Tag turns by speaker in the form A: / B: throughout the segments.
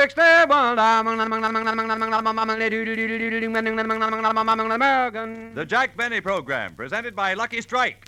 A: 61 American.
B: The Jack Benny Program, presented by Lucky Strike.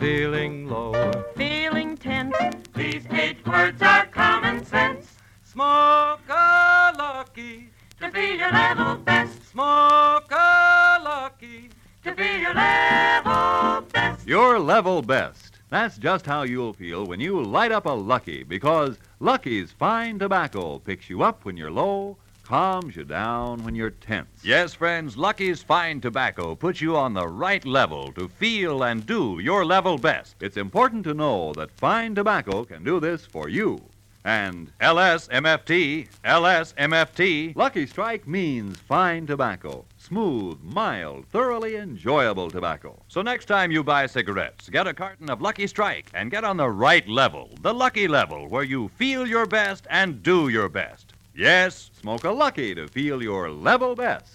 B: Feeling low,
C: feeling tense. These eight words are common sense
B: smoke a lucky,
C: to be your level best.
B: smoke a lucky.
C: To be your level best.
B: Your level best. That's just how you'll feel when you light up a Lucky, because Lucky's fine tobacco picks you up when you're low, calms you down when you're tense. Yes, friends, Lucky's fine tobacco puts you on the right level to feel and do your level best. It's important to know that fine tobacco can do this for you. And LSMFT, LSMFT. Lucky Strike means fine tobacco. Smooth, mild, thoroughly enjoyable tobacco. So next time you buy cigarettes, get a carton of Lucky Strike and get on the right level, the lucky level, where you feel your best and do your best. Yes, smoke a Lucky to feel your level best.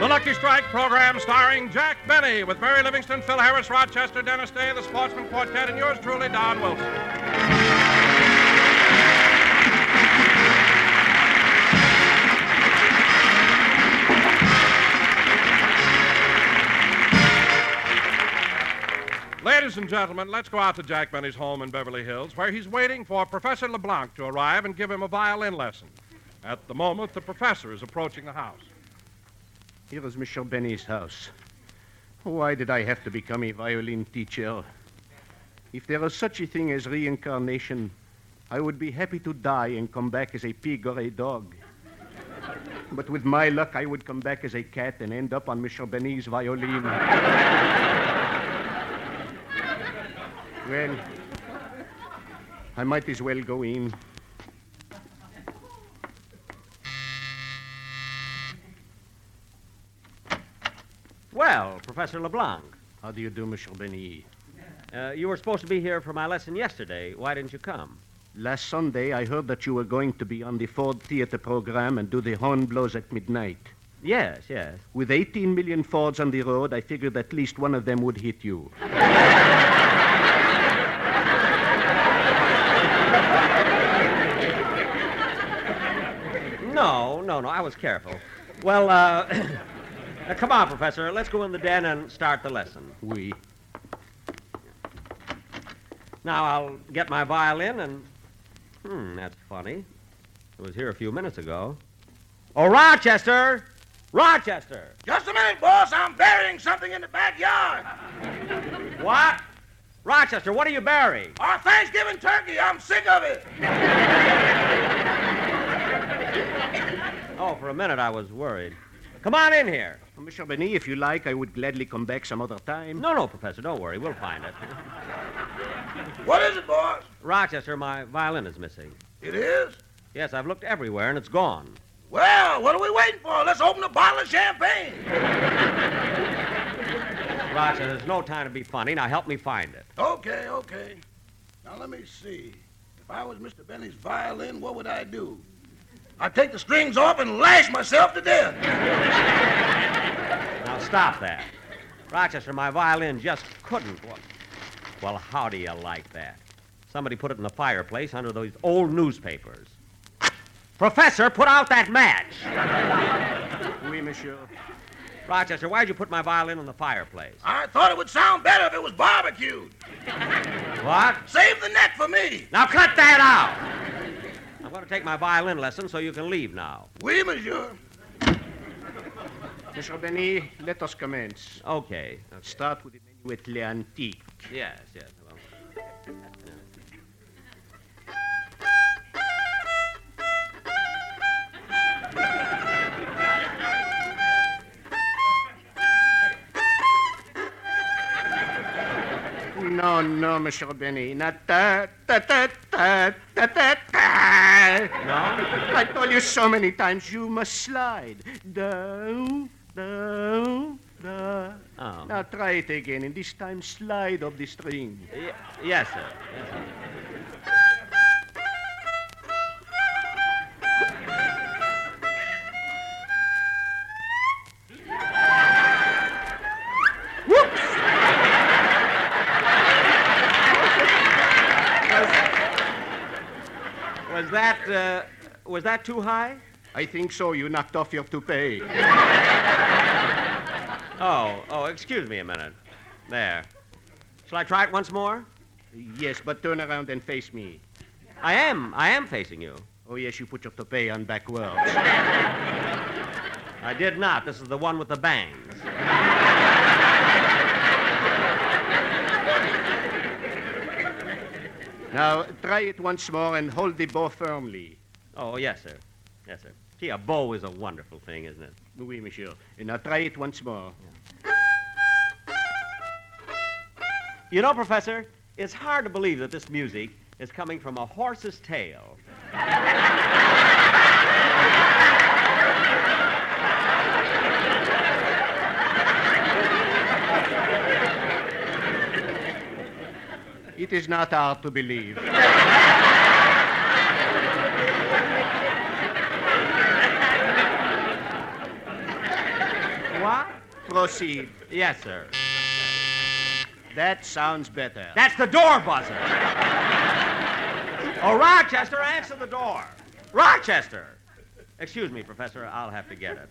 D: The Lucky Strike program starring Jack Benny with Mary Livingston, Phil Harris, Rochester, Dennis Day, the Sportsman Quartet, and yours truly, Don Wilson. Ladies and gentlemen, let's go out to Jack Benny's home in Beverly Hills, where he's waiting for Professor LeBlanc to arrive and give him a violin lesson. At the moment, the professor is approaching the house.
A: Here is Michel Benny's house. Why did I have to become a violin teacher? If there is such a thing as reincarnation, I would be happy to die and come back as a pig or a dog. But with my luck, I would come back as a cat and end up on Michel Benny's violin. well, I might as well go in.
E: Well, Professor LeBlanc,
A: How do you do, Michel Benny?
E: uh, you were supposed to be here for my lesson yesterday. Why didn't you come?
A: Last Sunday, I heard that you were going to be on the Ford Theater program and do the hornblows at midnight.
E: Yes, yes.
A: With 18 million Fords on the road, I figured at least one of them would hit you.
E: No, no, no. I was careful. Well, uh, now come on, Professor. Let's go in the den and start the lesson.
A: We.
E: Now I'll get my violin and. Hmm, that's funny. It was here a few minutes ago. Oh, Rochester! Rochester!
F: Just a minute, boss. I'm burying something in the backyard.
E: What? Rochester, what are you burying?
F: Our Thanksgiving turkey. I'm sick of it.
E: Oh, for a minute I was worried. Come on in here.
A: Michel Benny, if you like, I would gladly come back some other time.
E: No, no, Professor, don't worry. We'll find it.
F: What is it, boss?
E: Rochester, my violin is missing.
F: It is?
E: Yes, I've looked everywhere and it's gone.
F: Well, what are we waiting for? Let's open a bottle of champagne.
E: Rochester, there's no time to be funny. Now help me find it.
F: Okay, okay. Now, let me see. If I was Mr. Benny's violin, what would I do? I'd take the strings off and lash myself to death.
E: Now stop that. Rochester, my violin just couldn't. Well, well, how do you like that? Somebody put it in the fireplace under those old newspapers. Professor, put out that match.
A: Oui, monsieur.
E: Rochester, why'd you put my violin in the fireplace?
F: I thought it would sound better if it was barbecued.
E: What?
F: Save the neck for me.
E: Now cut that out. I'm going to take my violin lesson so you can leave now.
F: Oui, monsieur.
A: Michel Benny, let us commence.
E: Okay. okay.
A: Start with the menu at Le Antique.
E: Yes, yes. Well.
A: No, no, Michel Benny. Not that. Ta ta ta ta ta ta.
E: No?
A: I told you so many times you must slide. Down, down, down.
E: Oh.
A: Now try it again, and this time slide up the string.
E: Y- yes, sir. Yes, sir. Was that, uh, was that too high?
A: I think so. You knocked off your toupee.
E: Oh, oh, excuse me a minute. There. Shall I try it once more?
A: Yes, but turn around and face me.
E: I am, I am facing you.
A: Oh, yes, you put your toupee on backwards.
E: I did not. This is the one with the bangs.
A: now, try it once more and hold the bow firmly.
E: Oh, yes, sir. Yes, sir. Gee, a bow is a wonderful thing, isn't it?
A: Oui, monsieur. And now try it once more.
E: You know, Professor, it's hard to believe that this music is coming from a horse's tail.
A: It is not hard to believe.
E: What?
A: Proceed.
E: Yes, sir.
A: That sounds better.
E: That's the door buzzer. oh, Rochester, answer the door. Rochester! Excuse me, Professor, I'll have to get it.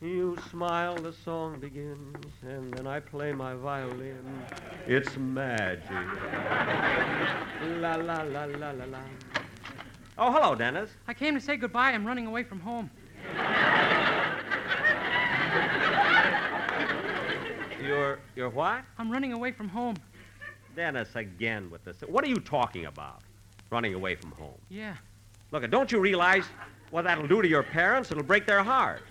E: You smile, the song begins, and then I play my violin. It's magic. la la la la la la. Oh, hello, Dennis.
G: I came to say goodbye. I'm running away from home.
E: You're you're what?
G: I'm running away from home.
E: Dennis again with this. What are you talking about? Running away from home.
G: Yeah.
E: Look, don't you realize what that'll do to your parents? It'll break their hearts.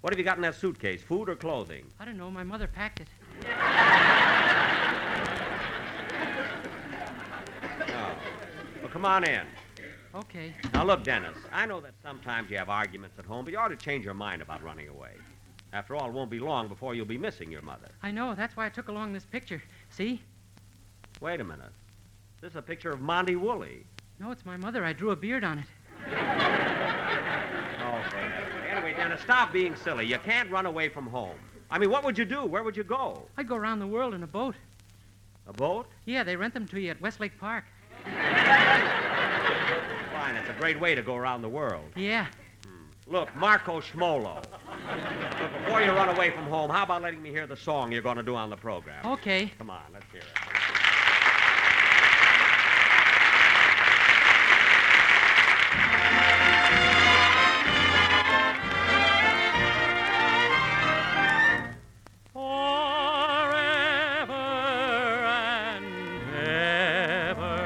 E: What have you got in that suitcase? Food or clothing?
G: I don't know. My mother packed it.
E: Well, come on in.
G: Okay.
E: Now, look, Dennis, I know that sometimes you have arguments at home, but you ought to change your mind about running away. After all, it won't be long before you'll be missing your mother.
G: I know. That's why I took along this picture. See?
E: Wait a minute. This is a picture of Monty Woolley.
G: No, it's my mother. I drew a beard on it.
E: Oh, anyway, Dennis, stop being silly. You can't run away from home. I mean, what would you do? Where would you go?
G: I'd go around the world in a boat.
E: A boat?
G: Yeah, they rent them to you at Westlake Park.
E: Fine, it's a great way to go around the world. Hmm.
G: Yeah.
E: Look, Marco Schmolo. Look, before you run away from home, how about letting me hear the song you're going to do on the program?
G: Okay.
E: Come on, let's hear it.
G: Forever and ever,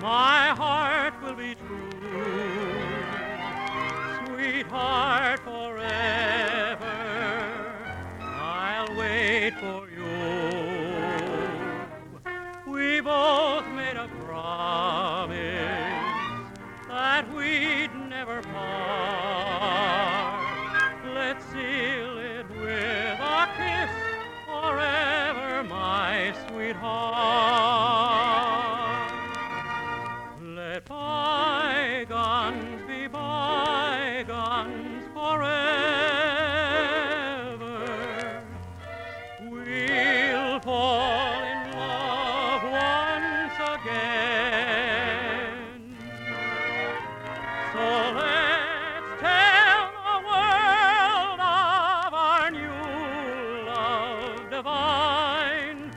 G: my heart will be true. Sweetheart, forever, I'll wait for you. We both made a promise that we'd never part. Let's seal it with a kiss forever, my sweetheart. Let bygones be bygones forever. We'll fall in love once again. So let's tell the world of our new love divine.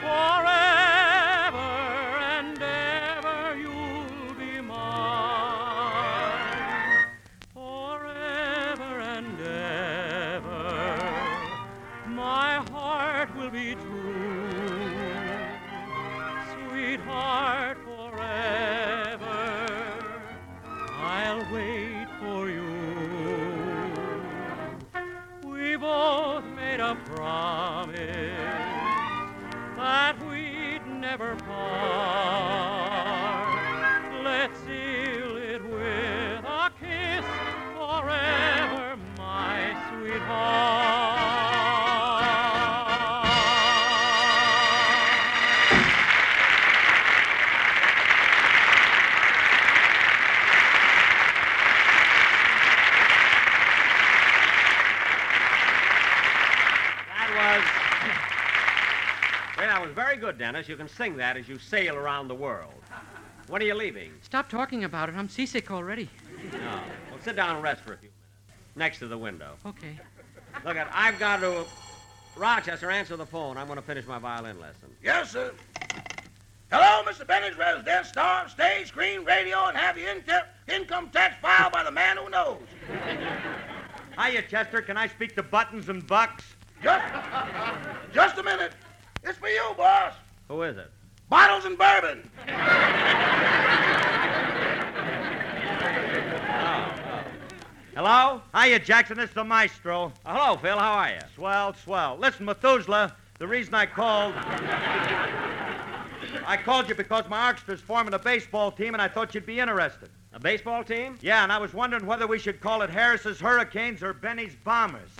G: Forever and ever you'll be mine. Forever and ever my heart will be true sweetheart, forever. I'll wait for you. We both made a promise that we'd never part. Let's seal it with a kiss forever, my sweetheart.
E: That was. Well, that was very good, Dennis. You can sing that as you sail around the world. When are you leaving?
H: Stop talking about it. I'm seasick already.
E: No. Well, sit down and rest for a few minutes. Next to the window.
H: Okay.
E: Look, at, I've got to. Rochester, answer the phone. I'm going to finish my violin lesson.
F: Yes, sir. Hello, Mr. Bennett's residence, star, stage, screen, radio, and have your income, income tax filed by the man who knows.
E: Hiya, Chester. Can I speak to Buttons and Bucks?
F: Just, just a minute. It's for you, boss.
E: Who is it?
F: Bottles and bourbon.
I: Hello? Hiya, Jackson. It's the maestro.
E: Uh, hello, Phil. How are you?
I: Swell, swell. Listen, Methuselah, the reason I called. I called you because my orchestra's forming a baseball team, and I thought you'd be interested.
E: A baseball team?
I: Yeah, and I was wondering whether we should call it Harris's Hurricanes or Benny's Bombers.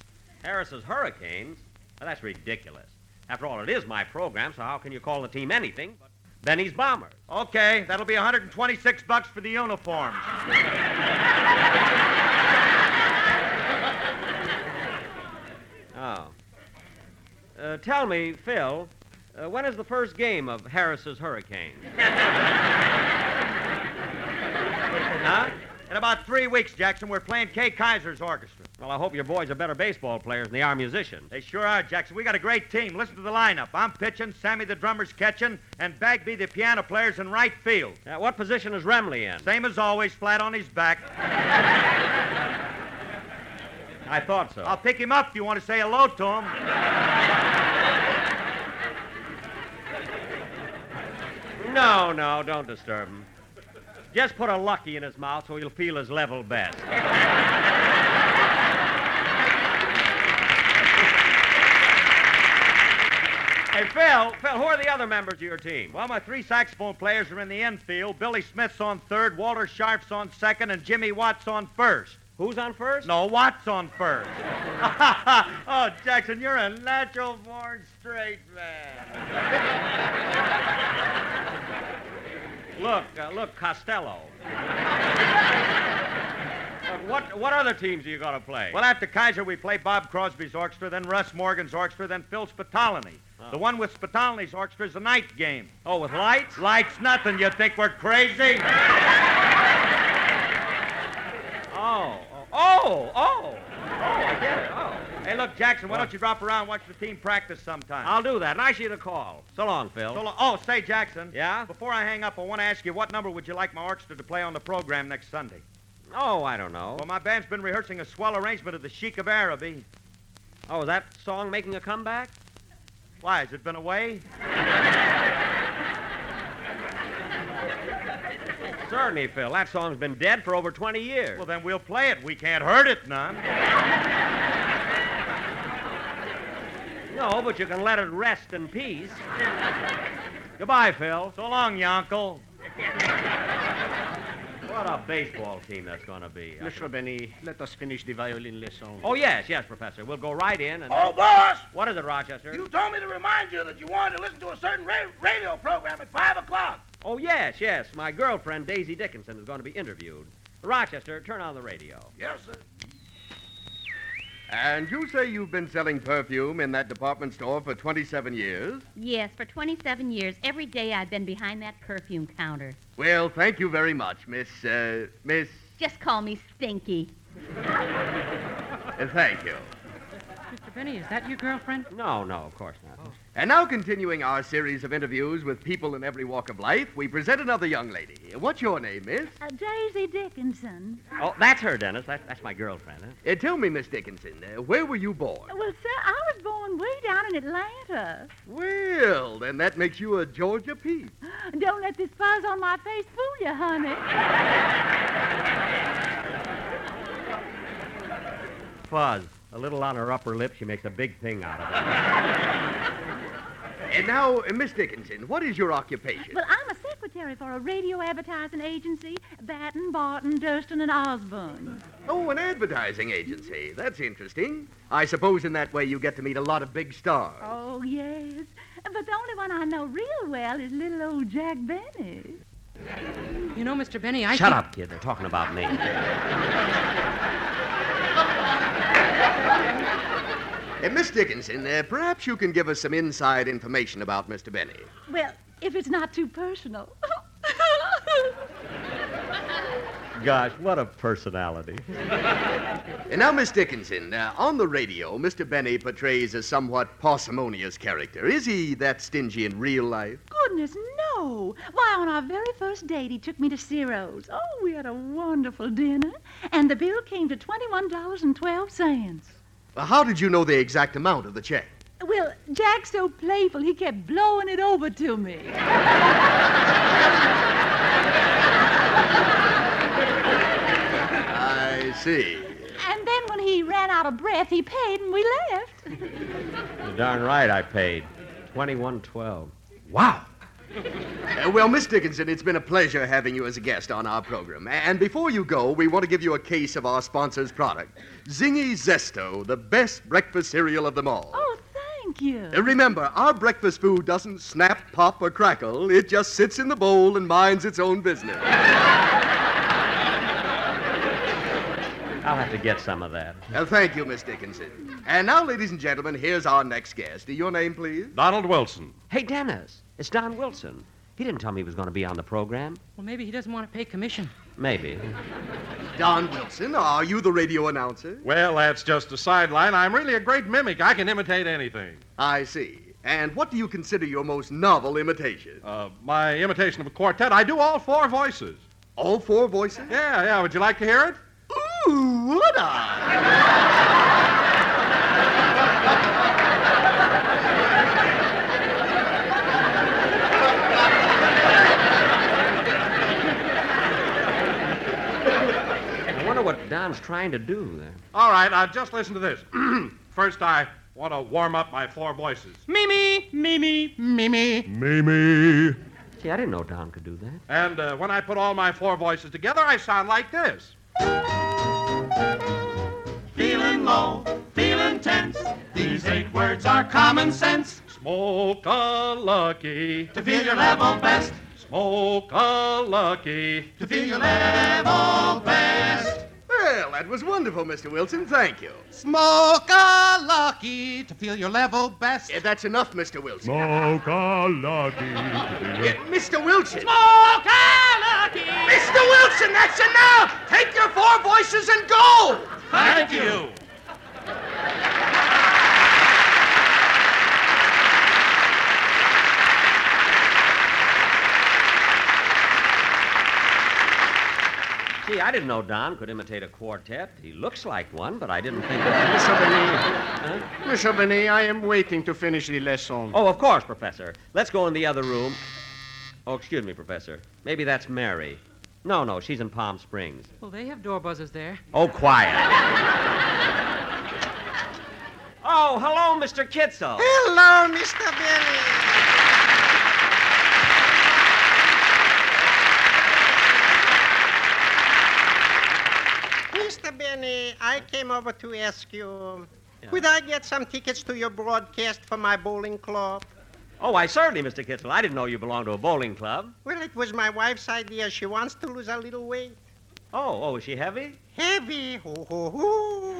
E: Harris's Hurricanes? Well, that's ridiculous. After all, it is my program, so how can you call the team anything but Benny's Bombers?
I: Okay, that'll be 126 bucks for the uniforms.
E: Oh. Uh, tell me, Phil, uh, when is the first game of Harris's Hurricanes? huh?
I: In about three weeks, Jackson, we're playing Kay Kaiser's orchestra.
E: Well, I hope your boys are better baseball players than they are musicians.
I: They sure are, Jackson. We got a great team. Listen to the lineup. I'm pitching, Sammy the drummer's catching, and Bagby the piano player's in right field.
E: Uh, what position is Remley in?
I: Same as always, flat on his back.
E: I thought so.
I: I'll pick him up if you want to say hello to him.
E: No, no, don't disturb him. Just put a lucky in his mouth so he'll feel his level best. hey, Phil, Phil, who are the other members of your team?
I: Well, my three saxophone players are in the infield. Billy Smith's on third, Walter Sharp's on second, and Jimmy Watt's on first.
E: Who's on first?
I: No, Watt's on first. oh, Jackson, you're a natural born straight man.
E: Look, uh, look, Costello. Look, what, what other teams are you going to play?
I: Well, after Kaiser, we play Bob Crosby's orchestra, then Russ Morgan's orchestra, then Phil Spitalini. The one with Spitalini's orchestra is the night game.
E: oh, with lights?
I: Lights nothing. You think we're crazy?
E: Oh, oh, oh, oh. I get it. Oh.
I: Hey, look, Jackson, why don't you drop around and watch the team practice sometime?
E: I'll do that. Nice of you to call. So long, Phil.
I: So lo- oh, say, Jackson.
E: Yeah?
I: Before I hang up, I want to ask you what number would you like my orchestra to play on the program next Sunday?
E: Oh, I don't know.
I: Well, my band's been rehearsing a swell arrangement of the Sheik of Araby.
E: Oh, is that song making a comeback?
I: Why, has it been away?
E: Certainly, Phil. That song's been dead for over 20 years.
I: Well, then we'll play it. We can't hurt it none.
E: no, but you can let it rest in peace. Goodbye, Phil.
I: So long, Yonkel.
E: What a baseball team that's going to be. I
A: Monsieur Benny, let us finish the violin lesson.
E: can- Oh, yes, yes, Professor. We'll go right in and.
F: Oh, boss,
E: What is it, Rochester?
F: you told me to remind you that you wanted to listen to a certain ra- radio program at 5 o'clock.
E: Oh, yes, yes. My girlfriend, Daisy Dickinson, is going to be interviewed. Rochester, turn on the radio.
F: Yes, sir.
J: And you say you've been selling perfume in that department store for 27 years?
K: Yes, for 27 years, every day I've been behind that perfume counter.
J: Well, thank you very much, Miss. Uh, Miss.
K: Just call me Stinky.
J: uh, thank you.
H: Mr. Benny, is that your girlfriend?
E: No, no, of course not.
J: Oh. And now, continuing our series of interviews with people in every walk of life, we present another young lady. What's your name, Miss?
K: Uh, Daisy Dickinson.
E: Oh, that's her, Dennis. That, that's my girlfriend, huh?
J: Uh, tell me, Miss Dickinson, uh, where were you born?
K: Well, sir, I was born way down in Atlanta.
J: Well, then that makes you a Georgia Pete.
K: Don't let this fuzz on my face fool you, honey.
E: Fuzz. A little on her upper lip, she makes a big thing out of it.
J: And now, uh, Miss Dickinson, what is your occupation?
K: Well, I'm a secretary for a radio advertising agency, Batten, Barton, Durston, and Osborne.
J: Oh, an advertising agency. That's interesting. I suppose in that way you get to meet a lot of big stars.
K: Oh, yes. But the only one I know real well is little old Jack Benny.
H: You know, Mr. Benny, I.
E: Shut
H: think-
E: up, kid. They're talking about me.
J: Uh, Miss Dickinson, uh, perhaps you can give us some inside information about Mr. Benny.
K: Well, if it's not too personal.
E: gosh, what a personality.
J: And now, Miss Dickinson, uh, on the radio, Mr. Benny portrays a somewhat parsimonious character. Is he that stingy in real life?
K: Goodness, no. Why, on our very first date, he took me to Ciro's. Oh, we had a wonderful dinner, and the bill came to $21.12.
J: Uh, How did you know the exact amount of the check?
K: Well, Jack's so playful, he kept blowing it over to me.
J: I see.
K: And then when he ran out of breath, he paid and we left.
E: You're darn right I paid. 2112.
J: Wow. Uh, well, Miss Dickinson, it's been a pleasure having you as a guest on our program. A- And before you go, we want to give you a case of our sponsor's product Zingy Zesto, the best breakfast cereal of them all.
K: Oh, thank you.
J: Uh, Remember, our breakfast food doesn't snap, pop, or crackle. It just sits in the bowl and minds its own business.
E: I'll have to get some of that.
J: Uh, thank you, Miss Dickinson. And now, ladies and gentlemen, here's our next guest. Your name, please?
D: Donald Wilson.
E: Hey, Dennis, it's Don Wilson. He didn't tell me he was going to be on the program.
H: Well, maybe he doesn't want to pay commission.
E: Maybe.
J: Don Wilson, are you the radio announcer?
D: Well, that's just a sideline. I'm really a great mimic. I can imitate anything.
J: I see. And what do you consider your most novel imitation?
D: Uh, my imitation of a quartet. I do all four voices.
J: All four voices?
D: Yeah, yeah. Would you like to hear it?
J: Ooh, would I?
E: I wonder what Don's trying to do there.
D: All right, now just listen to this. First, I want to warm up my four voices.
G: Mimi, Mimi, Mimi.
D: Mimi.
E: Gee, I didn't know Don could do that.
D: And uh, when I put all my four voices together, I sound like this.
C: Feeling low, feeling tense. These eight words are common sense.
D: Smoke a lucky
C: To feel your level best.
D: Smoke a lucky.
C: To feel your level best.
J: Well, that was wonderful, Mr. Wilson. Thank you.
C: Smoke a lucky. To feel your level best.
J: Yeah, that's enough, Mr. Wilson.
L: Smoke a lucky.
J: Yeah, Mr. Wilson!
C: Smoke a lucky.
J: Mr. Wilson, that's enough! Take your four voices and go!
C: Thank you.
E: Gee, I didn't know Don could imitate a quartet. He looks like one, but I didn't think that.
A: Mr. Benny. Mr. Benny, I am waiting to finish the lesson.
E: Oh, of course, Professor. Let's go in the other room. Oh, excuse me, Professor. Maybe that's Mary. No, no, she's in Palm Springs.
H: Well, they have door buzzers there.
E: Oh, quiet. oh, hello, Mr. Kitzel.
C: Hello, Mr. Benny.
M: Mr. Benny, I came over to ask you, would I get some tickets to your broadcast for my bowling club?
E: Oh, I certainly, Mr. Kitzel. I didn't know you belonged to a bowling club.
M: Well, it was my wife's idea. She wants to lose a little weight.
E: Oh, oh, is she heavy?
M: Heavy, ho ho ho.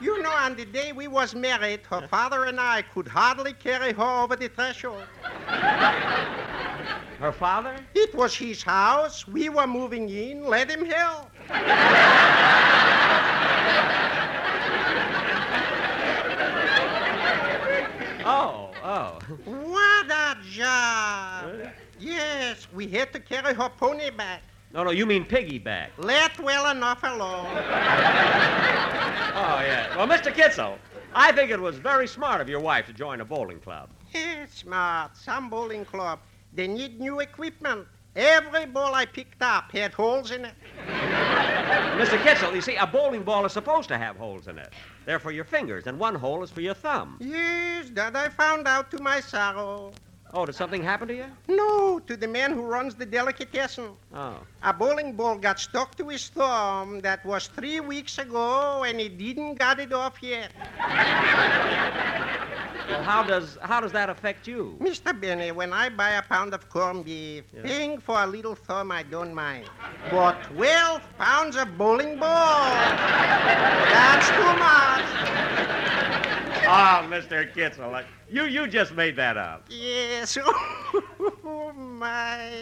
M: you know, on the day we was married, her father and I could hardly carry her over the threshold.
E: Her father?
M: It was his house. We were moving in. Let him help.
E: Oh, oh.
M: What a job! Yes, we had to carry her pony back.
E: No, no, you mean piggyback.
M: Let well enough alone.
E: Oh, yeah. Well, Mr. Kitzel, I think it was very smart of your wife to join a bowling club.
M: Eh, smart. Some bowling club. They need new equipment. Every ball I picked up had holes in it.
E: Mr. Kitzel, you see, a bowling ball is supposed to have holes in it. They're for your fingers, and one hole is for your thumb.
M: Yes, that I found out to my sorrow.
E: Oh, did something happen to you?
M: No, to the man who runs the delicatessen.
E: Oh.
M: A bowling ball got stuck to his thumb. That was three weeks ago, and he didn't got it off yet.
E: Well, how does how does that affect you?
M: Mr. Benny, when I buy a pound of corned beef, paying for a little thumb I don't mind. But 12 pounds of bowling ball, that's too much.
E: Ah, Mr. Kitzel, uh, you you just made that up.
M: Yes, oh my.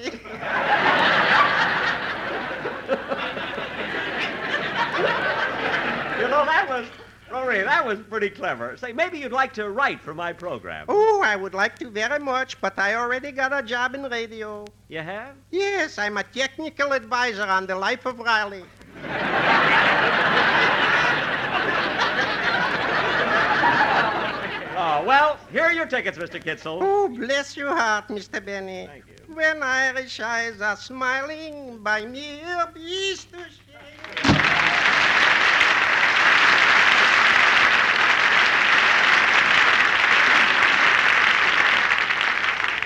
E: You know, that was, Rory, that was pretty clever. Say, maybe you'd like to write for my program.
M: Oh, I would like to very much, but I already got a job in radio.
E: You have?
M: Yes, I'm a technical advisor on the life of Riley.
E: Oh, well, here are your tickets, Mr. Kitzel.
M: Oh, bless your heart, Mr. Benny. Thank you. When Irish eyes are smiling by me, up east to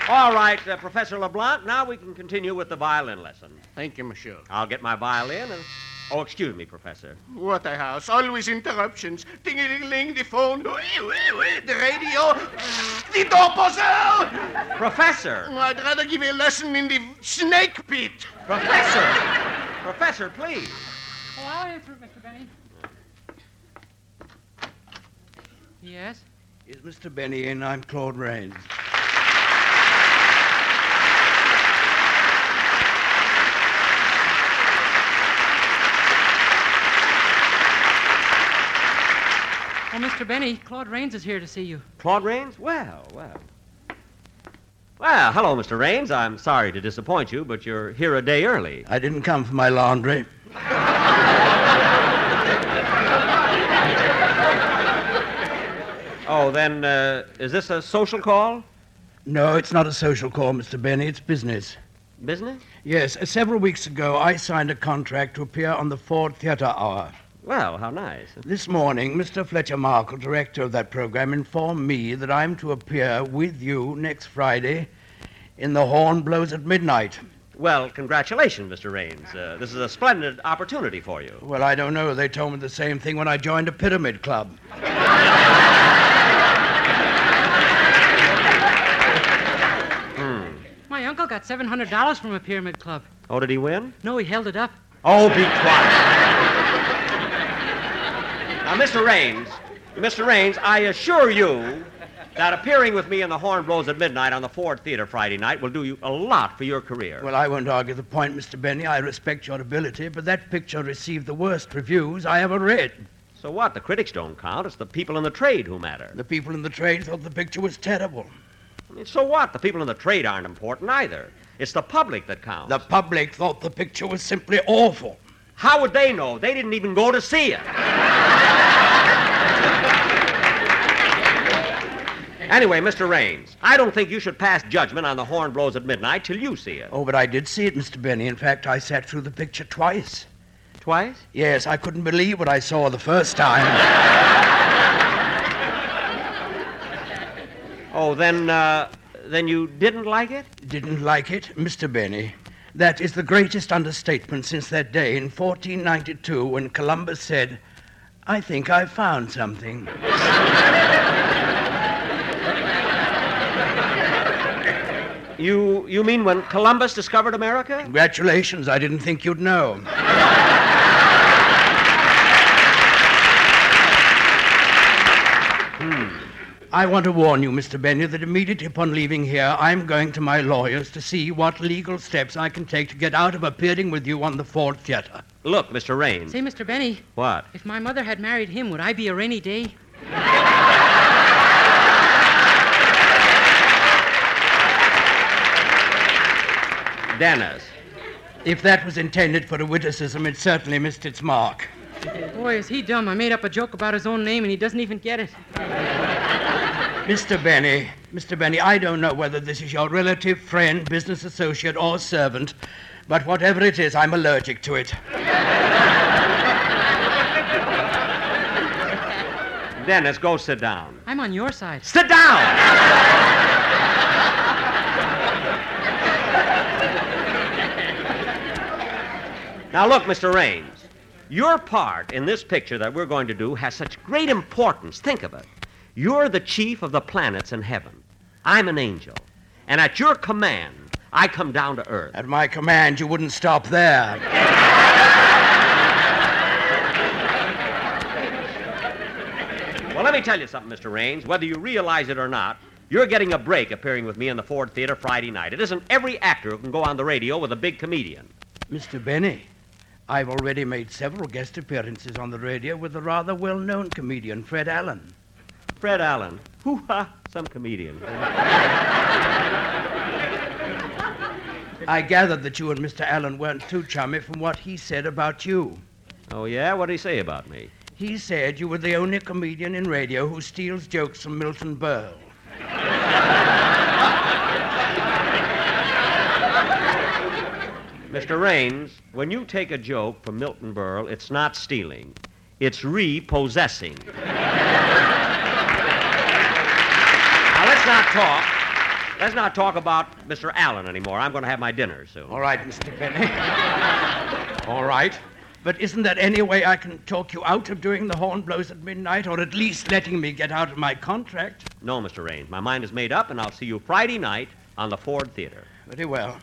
E: All right, uh, Professor LeBlanc, now we can continue with the violin lesson.
A: Thank you, monsieur.
E: I'll get my violin and. Oh, excuse me, Professor.
A: What a house. Always interruptions. Ding a ling ling, the phone, the radio, the doorpost out.
E: Professor!
A: I'd rather give a lesson in the snake pit.
E: Professor! Professor, please.
H: Oh, I'll answer it, Mr. Benny. Yes?
N: Is Mr. Benny in? I'm Claude Rains.
H: Oh, Mr. Benny, Claude Rains is here to see you.
E: Claude Rains? Well, well. Well, hello, Mr. Rains. I'm sorry to disappoint you, but you're here a day early.
N: I didn't come for my laundry.
E: Oh, then, uh, is this a social call?
N: No, it's not a social call, Mr. Benny. It's business.
E: Business?
N: Yes, uh, several weeks ago, I signed a contract to appear on the Ford Theatre Hour.
E: Well, how nice.
N: This morning, Mr. Fletcher Markle, director of that program, informed me that I'm to appear with you next Friday in The Horn Blows at Midnight.
E: Well, congratulations, Mr. Rains. Uh, this is a splendid opportunity for you.
N: Well, I don't know. They told me the same thing when I joined a pyramid club.
E: hmm.
H: My uncle got $700 from a pyramid club.
E: Oh, did he win?
H: No, he held it up.
E: Oh, be quiet. now, Mr. Rains, Mr. Rains, I assure you that appearing with me in the Horn Blows at Midnight on the Ford Theater Friday night will do you a lot for your career.
N: Well, I won't argue the point, Mr. Benny. I respect your ability, but that picture received the worst reviews I ever read.
E: So what? The critics don't count. It's the people in the trade who matter.
N: The people in the trade thought the picture was terrible.
E: I mean, so what? The people in the trade aren't important either. It's the public that counts.
N: The public thought the picture was simply awful.
E: How would they know? They didn't even go to see it. anyway, Mr. Raines, I don't think you should pass judgment on the horn blows at midnight till you see it.
N: Oh, but I did see it, Mr. Benny. In fact, I sat through the picture twice.
E: Twice?
N: Yes, I couldn't believe what I saw the first time.
E: Oh, then, uh, then you didn't like it?
N: Didn't like it, Mr. Benny. That is the greatest understatement since that day in 1492 when Columbus said, I think I've found something.
E: You you mean when Columbus discovered America?
N: Congratulations, I didn't think you'd know. Hmm. I want to warn you, Mr. Benny, that immediately upon leaving here, I'm going to my lawyers to see what legal steps I can take to get out of appearing with you on the Ford Theater.
E: Look, Mr. Raines.
H: Say, Mr. Benny,
E: What?
H: if my mother had married him, would I be a rainy day?
E: Dennis.
N: If that was intended for a witticism, it certainly missed its mark.
H: Boy, is he dumb. I made up a joke about his own name, and he doesn't even get it.
N: Mr. Benny, Mr. Benny, I don't know whether this is your relative, friend, business associate, or servant, but whatever it is, I'm allergic to it.
E: Dennis, go sit down.
H: I'm on your side.
E: Sit down! Now, look, Mr. Raines, your part in this picture that we're going to do has such great importance. Think of it. You're the chief of the planets in heaven. I'm an angel. And at your command, I come down to earth.
N: At my command, you wouldn't stop there.
E: Well, let me tell you something, Mr. Raines. Whether you realize it or not, you're getting a break appearing with me in the Ford Theater Friday night. It isn't every actor who can go on the radio with a big comedian.
N: Mr. Benny, I've already made several guest appearances on the radio with the rather well known comedian Fred Allen.
E: Fred Allen? Hoo ha! Some comedian.
N: I gathered that you and Mr. Allen weren't too chummy from what he said about you.
E: Oh, yeah? What did he say about me?
N: He said you were the only comedian in radio who steals jokes from Milton Berle.
E: Mr. Raines, when you take a joke from Milton Berle, it's not stealing, it's repossessing. now, let's not talk. Let's not talk about Mr. Allen anymore. I'm going to have my dinner soon.
N: All right, Mr. Benny. All right. But isn't there any way I can talk you out of doing the horn blows at midnight, or at least letting me get out of my contract?
E: No, Mr. Raines. My mind is made up, and I'll see you Friday night on the Ford Theater.
N: Very well.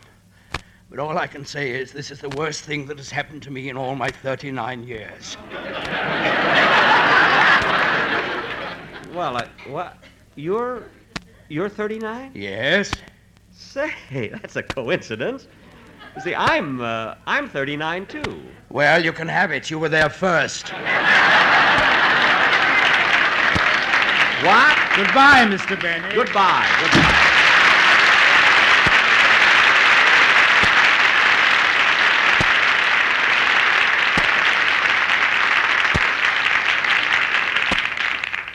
N: But all I can say is this is the worst thing that has happened to me in all my 39 years.
E: Well, I, what? You're. You're 39?
N: Yes.
E: Say, that's a coincidence. You See, I'm. Uh, I'm 39, too.
N: Well, you can have it. You were there first.
E: What?
N: Goodbye, Mr. Benny.
E: Goodbye. Goodbye.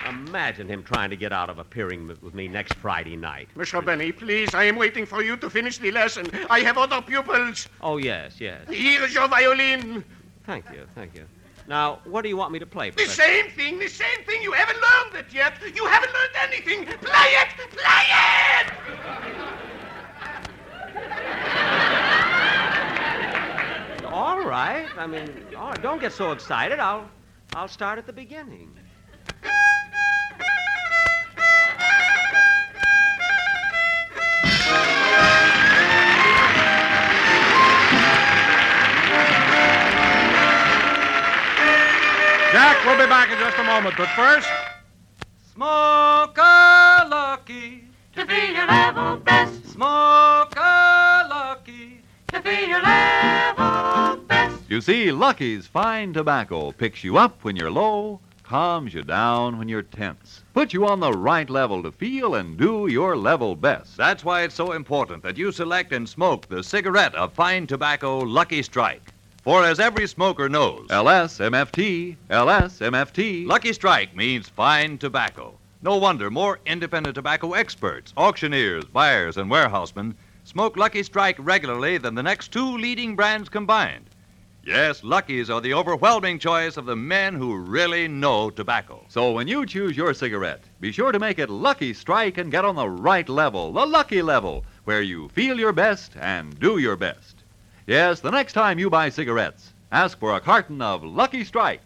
E: Imagine him trying to get out of appearing with with me next Friday night.
A: Monsieur Benny, please, I am waiting for you to finish the lesson. I have other pupils.
E: Oh, yes, yes.
A: Here is your violin.
E: Thank you, thank you. Now, what do you want me to play,
A: The
E: Professor?
A: same thing, the same thing. You haven't learned it yet. You haven't learned anything. Play it, play it.
E: All right. I mean, all right. don't get so excited. I'll, I'll start at the beginning.
D: Jack, we'll be back in just a moment, but first.
O: Smoke a lucky to be your level best. Smoke a lucky to be your level best.
B: You see, Lucky's fine tobacco picks you up when you're low, calms you down when you're tense, puts you on the right level to feel and do your level best.
P: That's why it's so important that you select and smoke the cigarette of fine tobacco Lucky Strike. For as every smoker knows,
B: LSMFT, LSMFT.
P: Lucky Strike means fine tobacco. No wonder more independent tobacco experts, auctioneers, buyers, and warehousemen smoke Lucky Strike regularly than the next two leading brands combined. Yes, Luckies are the overwhelming choice of the men who really know tobacco.
B: So when you choose your cigarette, be sure to make it Lucky Strike and get on the right level, the lucky level, where you feel your best and do your best. Yes, the next time you buy cigarettes, ask for a carton of Lucky Strike.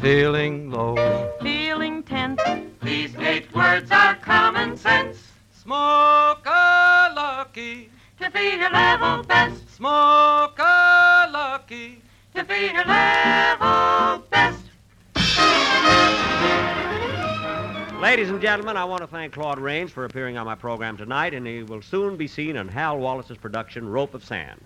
O: Feeling low.
G: Feeling tense.
O: These eight words are common sense. Smoke a lucky to be your level best. Smoke a lucky to be your level best.
E: Ladies and gentlemen, I want to thank Claude Rains for appearing on my program tonight, and he will soon be seen in Hal Wallace's production, Rope of Sand.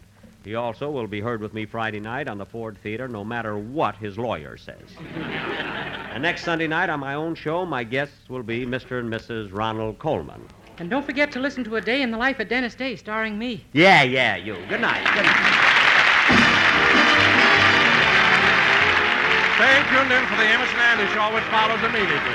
E: He also will be heard with me Friday night on the Ford Theater, no matter what his lawyer says. and next Sunday night on my own show, my guests will be Mr. and Mrs. Ronald Coleman.
H: And don't forget to listen to A Day in the Life of Dennis Day, starring me.
E: Yeah, yeah, you. Good night. Good night.
D: Stay tuned in for the Emerson Andy Show, which follows immediately.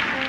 D: System.